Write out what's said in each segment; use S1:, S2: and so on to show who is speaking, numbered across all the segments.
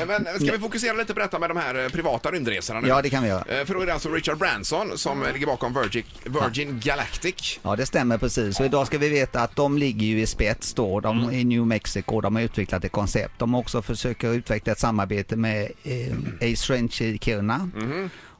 S1: Eh, Men ska vi fokusera lite på detta med de här eh, privata rymdresorna nu?
S2: Ja, det kan vi göra.
S1: Eh, För då är det alltså Richard Branson som eh, ligger bakom Virgin, Virgin Galactic.
S2: Ja, det stämmer precis. Så idag ska vi veta att de ligger ju i spets då, de i New Mexico. De har utvecklat ett koncept. De har också försöker utveckla ett samarbete med eh, Ace Ranch i Kiruna.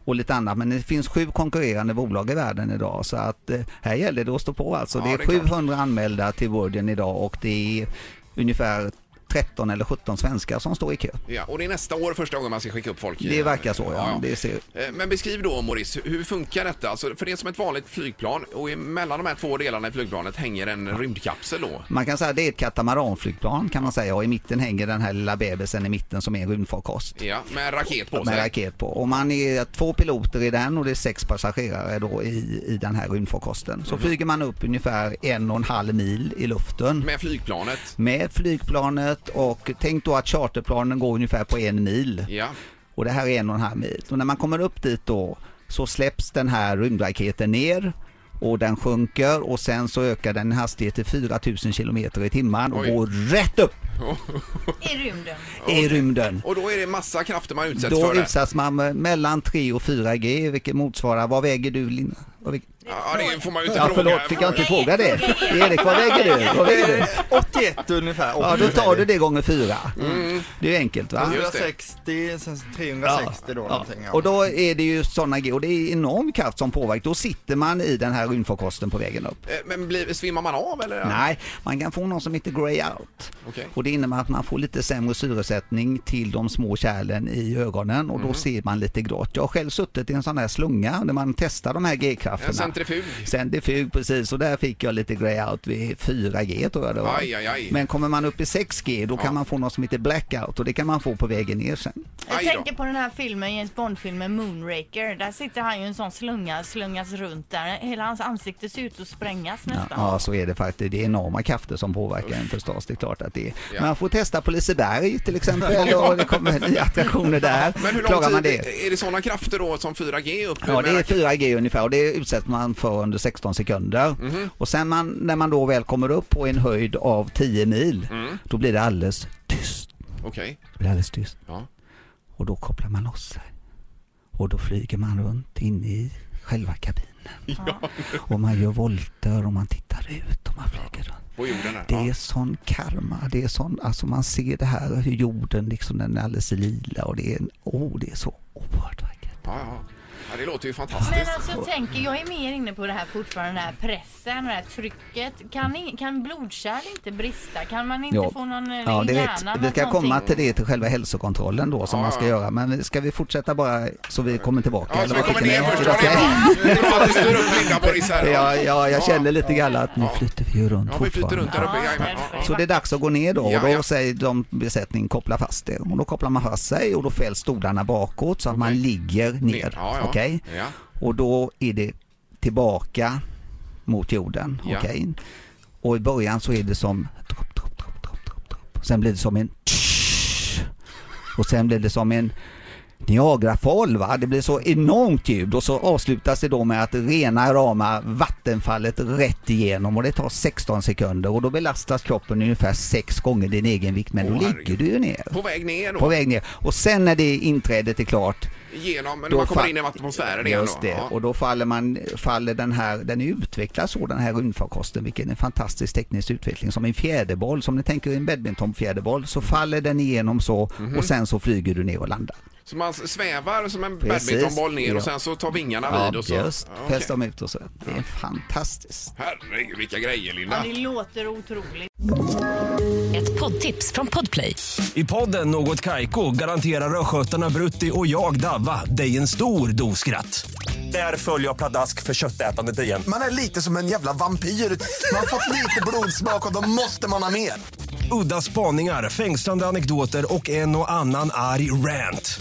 S2: och lite annat, men det finns sju konkurrerande bolag i världen idag så att eh, här gäller det att stå på alltså.
S1: Ja,
S2: det är
S1: det är klart.
S2: 700 anmälda till Virgin idag och det är ungefär 13 eller 17 svenskar som står i kö.
S1: Ja, och det är nästa år första gången man ska skicka upp folk. i-
S2: Det verkar så ja.
S1: ja.
S2: Det ser,
S1: Eh, Men beskriv då Maurice, hur hur funkar detta? Alltså, för det är som ett vanligt flygplan och mellan de här två delarna i flygplanet hänger en rymdkapsel då.
S2: Man kan säga att det är ett katamaranflygplan kan man säga och i mitten hänger den här lilla bebisen i mitten som är en rymdfarkost.
S1: Ja, med en raket på
S2: Med
S1: sig.
S2: raket på. Och man är två piloter i den och det är sex passagerare då i, i den här rymdfarkosten. Så flyger man upp ungefär en och en halv mil i luften
S1: Med flygplanet.
S2: med flygplanet och tänk då att charterplanen går ungefär på en mil
S1: Ja,
S2: och det här är en och en halv mil. Och när man kommer upp dit då så släpps den här rymdraketen ner och den sjunker och sen så ökar den i hastighet till 4000 km i timmen och
S1: Oj.
S2: går rätt upp
S3: I rymden.
S2: i rymden.
S1: och då är det massa krafter man utsätts
S2: Då
S1: för. där.
S2: utsatts man med mellan 3 och 4 G vilket motsvarar, vad väger du Linda? Vad väger-
S1: Ja, det får man ju inte
S2: Ja
S1: fråga.
S2: förlåt, fick jag inte fråga det? Erik, vad väger du? Vad väger du?
S4: 81 ungefär.
S2: Ja då tar du det gånger 4.
S1: Mm.
S2: Det är ju enkelt va?
S1: Just det.
S4: 160, sen 360 då någonting. Ja.
S2: Och då är det ju sådana grejer, och det är enorm kraft som påverkar. Då sitter man i den här rymdfarkosten på vägen upp.
S1: Eh, Men blir, svimmar man av eller?
S2: Nej, man kan få någon som heter grey out.
S1: Okej.
S2: Och det innebär att man får lite sämre syresättning till de små kärlen i ögonen
S1: Mm.
S2: och då ser man lite grått. Jag har själv suttit i en sån här slunga där man testar de här
S1: En
S2: G-krafterna.
S1: centrifug?
S2: Centrifug precis, och där fick jag lite grey out vid 4G tror jag det var.
S1: Aj, aj, aj.
S2: Men kommer man upp i 6G då
S1: Ja.
S2: kan man få något som heter blackout och det kan man få på vägen ner sen.
S3: Jag
S1: Aj då.
S3: tänker på den här filmen, James Bond-filmen Moonraker. Där sitter han ju i en sån slunga, slungas runt där. Hela hans ansikte ser ut att sprängas nästan.
S2: Ja, så är det faktiskt. Det är enorma krafter som påverkar en förstås. Det är klart att det är.
S1: Ja.
S2: Man får testa på Liseberg till exempel och det kommer nya attraktioner där.
S1: Men hur
S2: Klarar
S1: lång
S2: man
S1: tid,
S2: det?
S1: är det sådana krafter då som 4G upp
S2: Ja,
S1: med
S2: det är
S1: raket?
S2: 4G ungefär och det utsätts man för under 16 sekunder.
S1: Mhm.
S2: Och sen man, när man då väl kommer upp på en höjd av 10 mil, då blir det alldeles tyst.
S1: Mm, Okej,
S2: Det blir alldeles tyst.
S1: ja.
S2: Och då kopplar man loss sig. Och då flyger man runt inne i själva kabinen. Och man gör volter och man tittar ut och man flyger runt.
S1: På jorden här.
S2: Det
S1: ja.
S2: är sån karma, det är sån, alltså man ser det här, hur jorden liksom den är alldeles i lila och det är, en- oh, det är så oerhört vackert.
S1: Ja, ja. ja, det låter ju
S3: Men
S1: fantastiskt.
S3: alltså tänker, jag är mer inne på det här fortfarande, den här pressen, det här trycket. Kan, in, kan blodkärl inte brista? Kan man inte
S2: Ja.
S3: få någon eh,
S2: Ja,
S3: i
S2: det är
S3: hjärnan?
S2: rätt. Vi
S3: att
S2: ska
S3: någonting-
S2: komma till det, till själva hälsokontrollen då som
S1: Ja,
S2: man ska
S1: ja.
S2: göra. Men ska vi fortsätta bara så vi kommer tillbaka?
S1: Ja, så
S2: Eller
S1: vi
S2: vad
S1: kommer ner
S2: tycker ni?
S1: först. Ja, det är
S2: Okej.
S1: bra. Det är bra att du styr upp Linda på Riss här.
S2: Ja, ja, jag
S1: Ja.
S2: känner lite grann att nu
S1: Ja.
S2: flyter vi ju runt
S1: Ja, vi flyter runt där uppe.
S2: fortfarande.
S3: Ja,
S1: jajamän. Ja, ja.
S2: Så det är dags att gå ner då och
S1: Ja,
S2: då
S1: ja.
S2: säger de besättning koppla fast det. Och då kopplar man fast sig och då fälls stolarna bakåt så att man
S1: Okej.
S2: ligger ner.
S1: Ja, ja.
S2: Okej?
S1: Ja.
S2: Och då är det tillbaka mot jorden.
S1: Ja.
S2: okej? Och i början så är det som dropp, dropp, dropp, dropp, dropp, dropp. Sen blir det som en tsch. Och sen blir det som en Niagarafall va, det blir så enormt ljud och så avslutas det då med att rena rama vattenfallet rätt igenom och det tar 16 sekunder och då belastas kroppen ungefär sex gånger din egen vikt men
S1: Åh,
S2: då ligger
S1: herregud.
S2: du ju ner.
S1: På väg ner
S2: På
S1: då,
S2: väg ner. Och sen när det inträdet är klart
S1: genom, när
S2: då
S1: man kommer
S2: fa-
S1: in i atmosfären igen
S2: Just
S1: då.
S2: det,
S1: Ja.
S2: och då faller, man, faller den här, den är utvecklad så den här rymdfarkosten, vilken är en fantastisk teknisk utveckling. Som en fjäderboll, som ni tänker en badmintonfjäderboll, så faller den igenom så
S1: Mhm.
S2: och sen så flyger du ner och landar.
S1: Så man svävar som en
S2: Precis.
S1: badmintonboll ner och
S2: Ja.
S1: sen så tar vingarna vid och så...
S2: just,
S1: Ja, okej.
S2: fäst dem ut och så. Det är fantastiskt.
S1: Herregud, vilka grejer
S3: Ja,
S1: Linda.
S3: det låter otroligt.
S5: Ett poddtips från Podplay.
S6: I podden Något Kaiko garanterar östgötarna Brutti och jag, Davva, dig en stor dos skratt. Där följer jag pladask för köttätandet igen.
S7: Man är lite som en jävla vampyr. Man har fått lite blodsmak och då måste man ha mer.
S6: Udda spaningar, fängslande anekdoter och en och annan arg rant.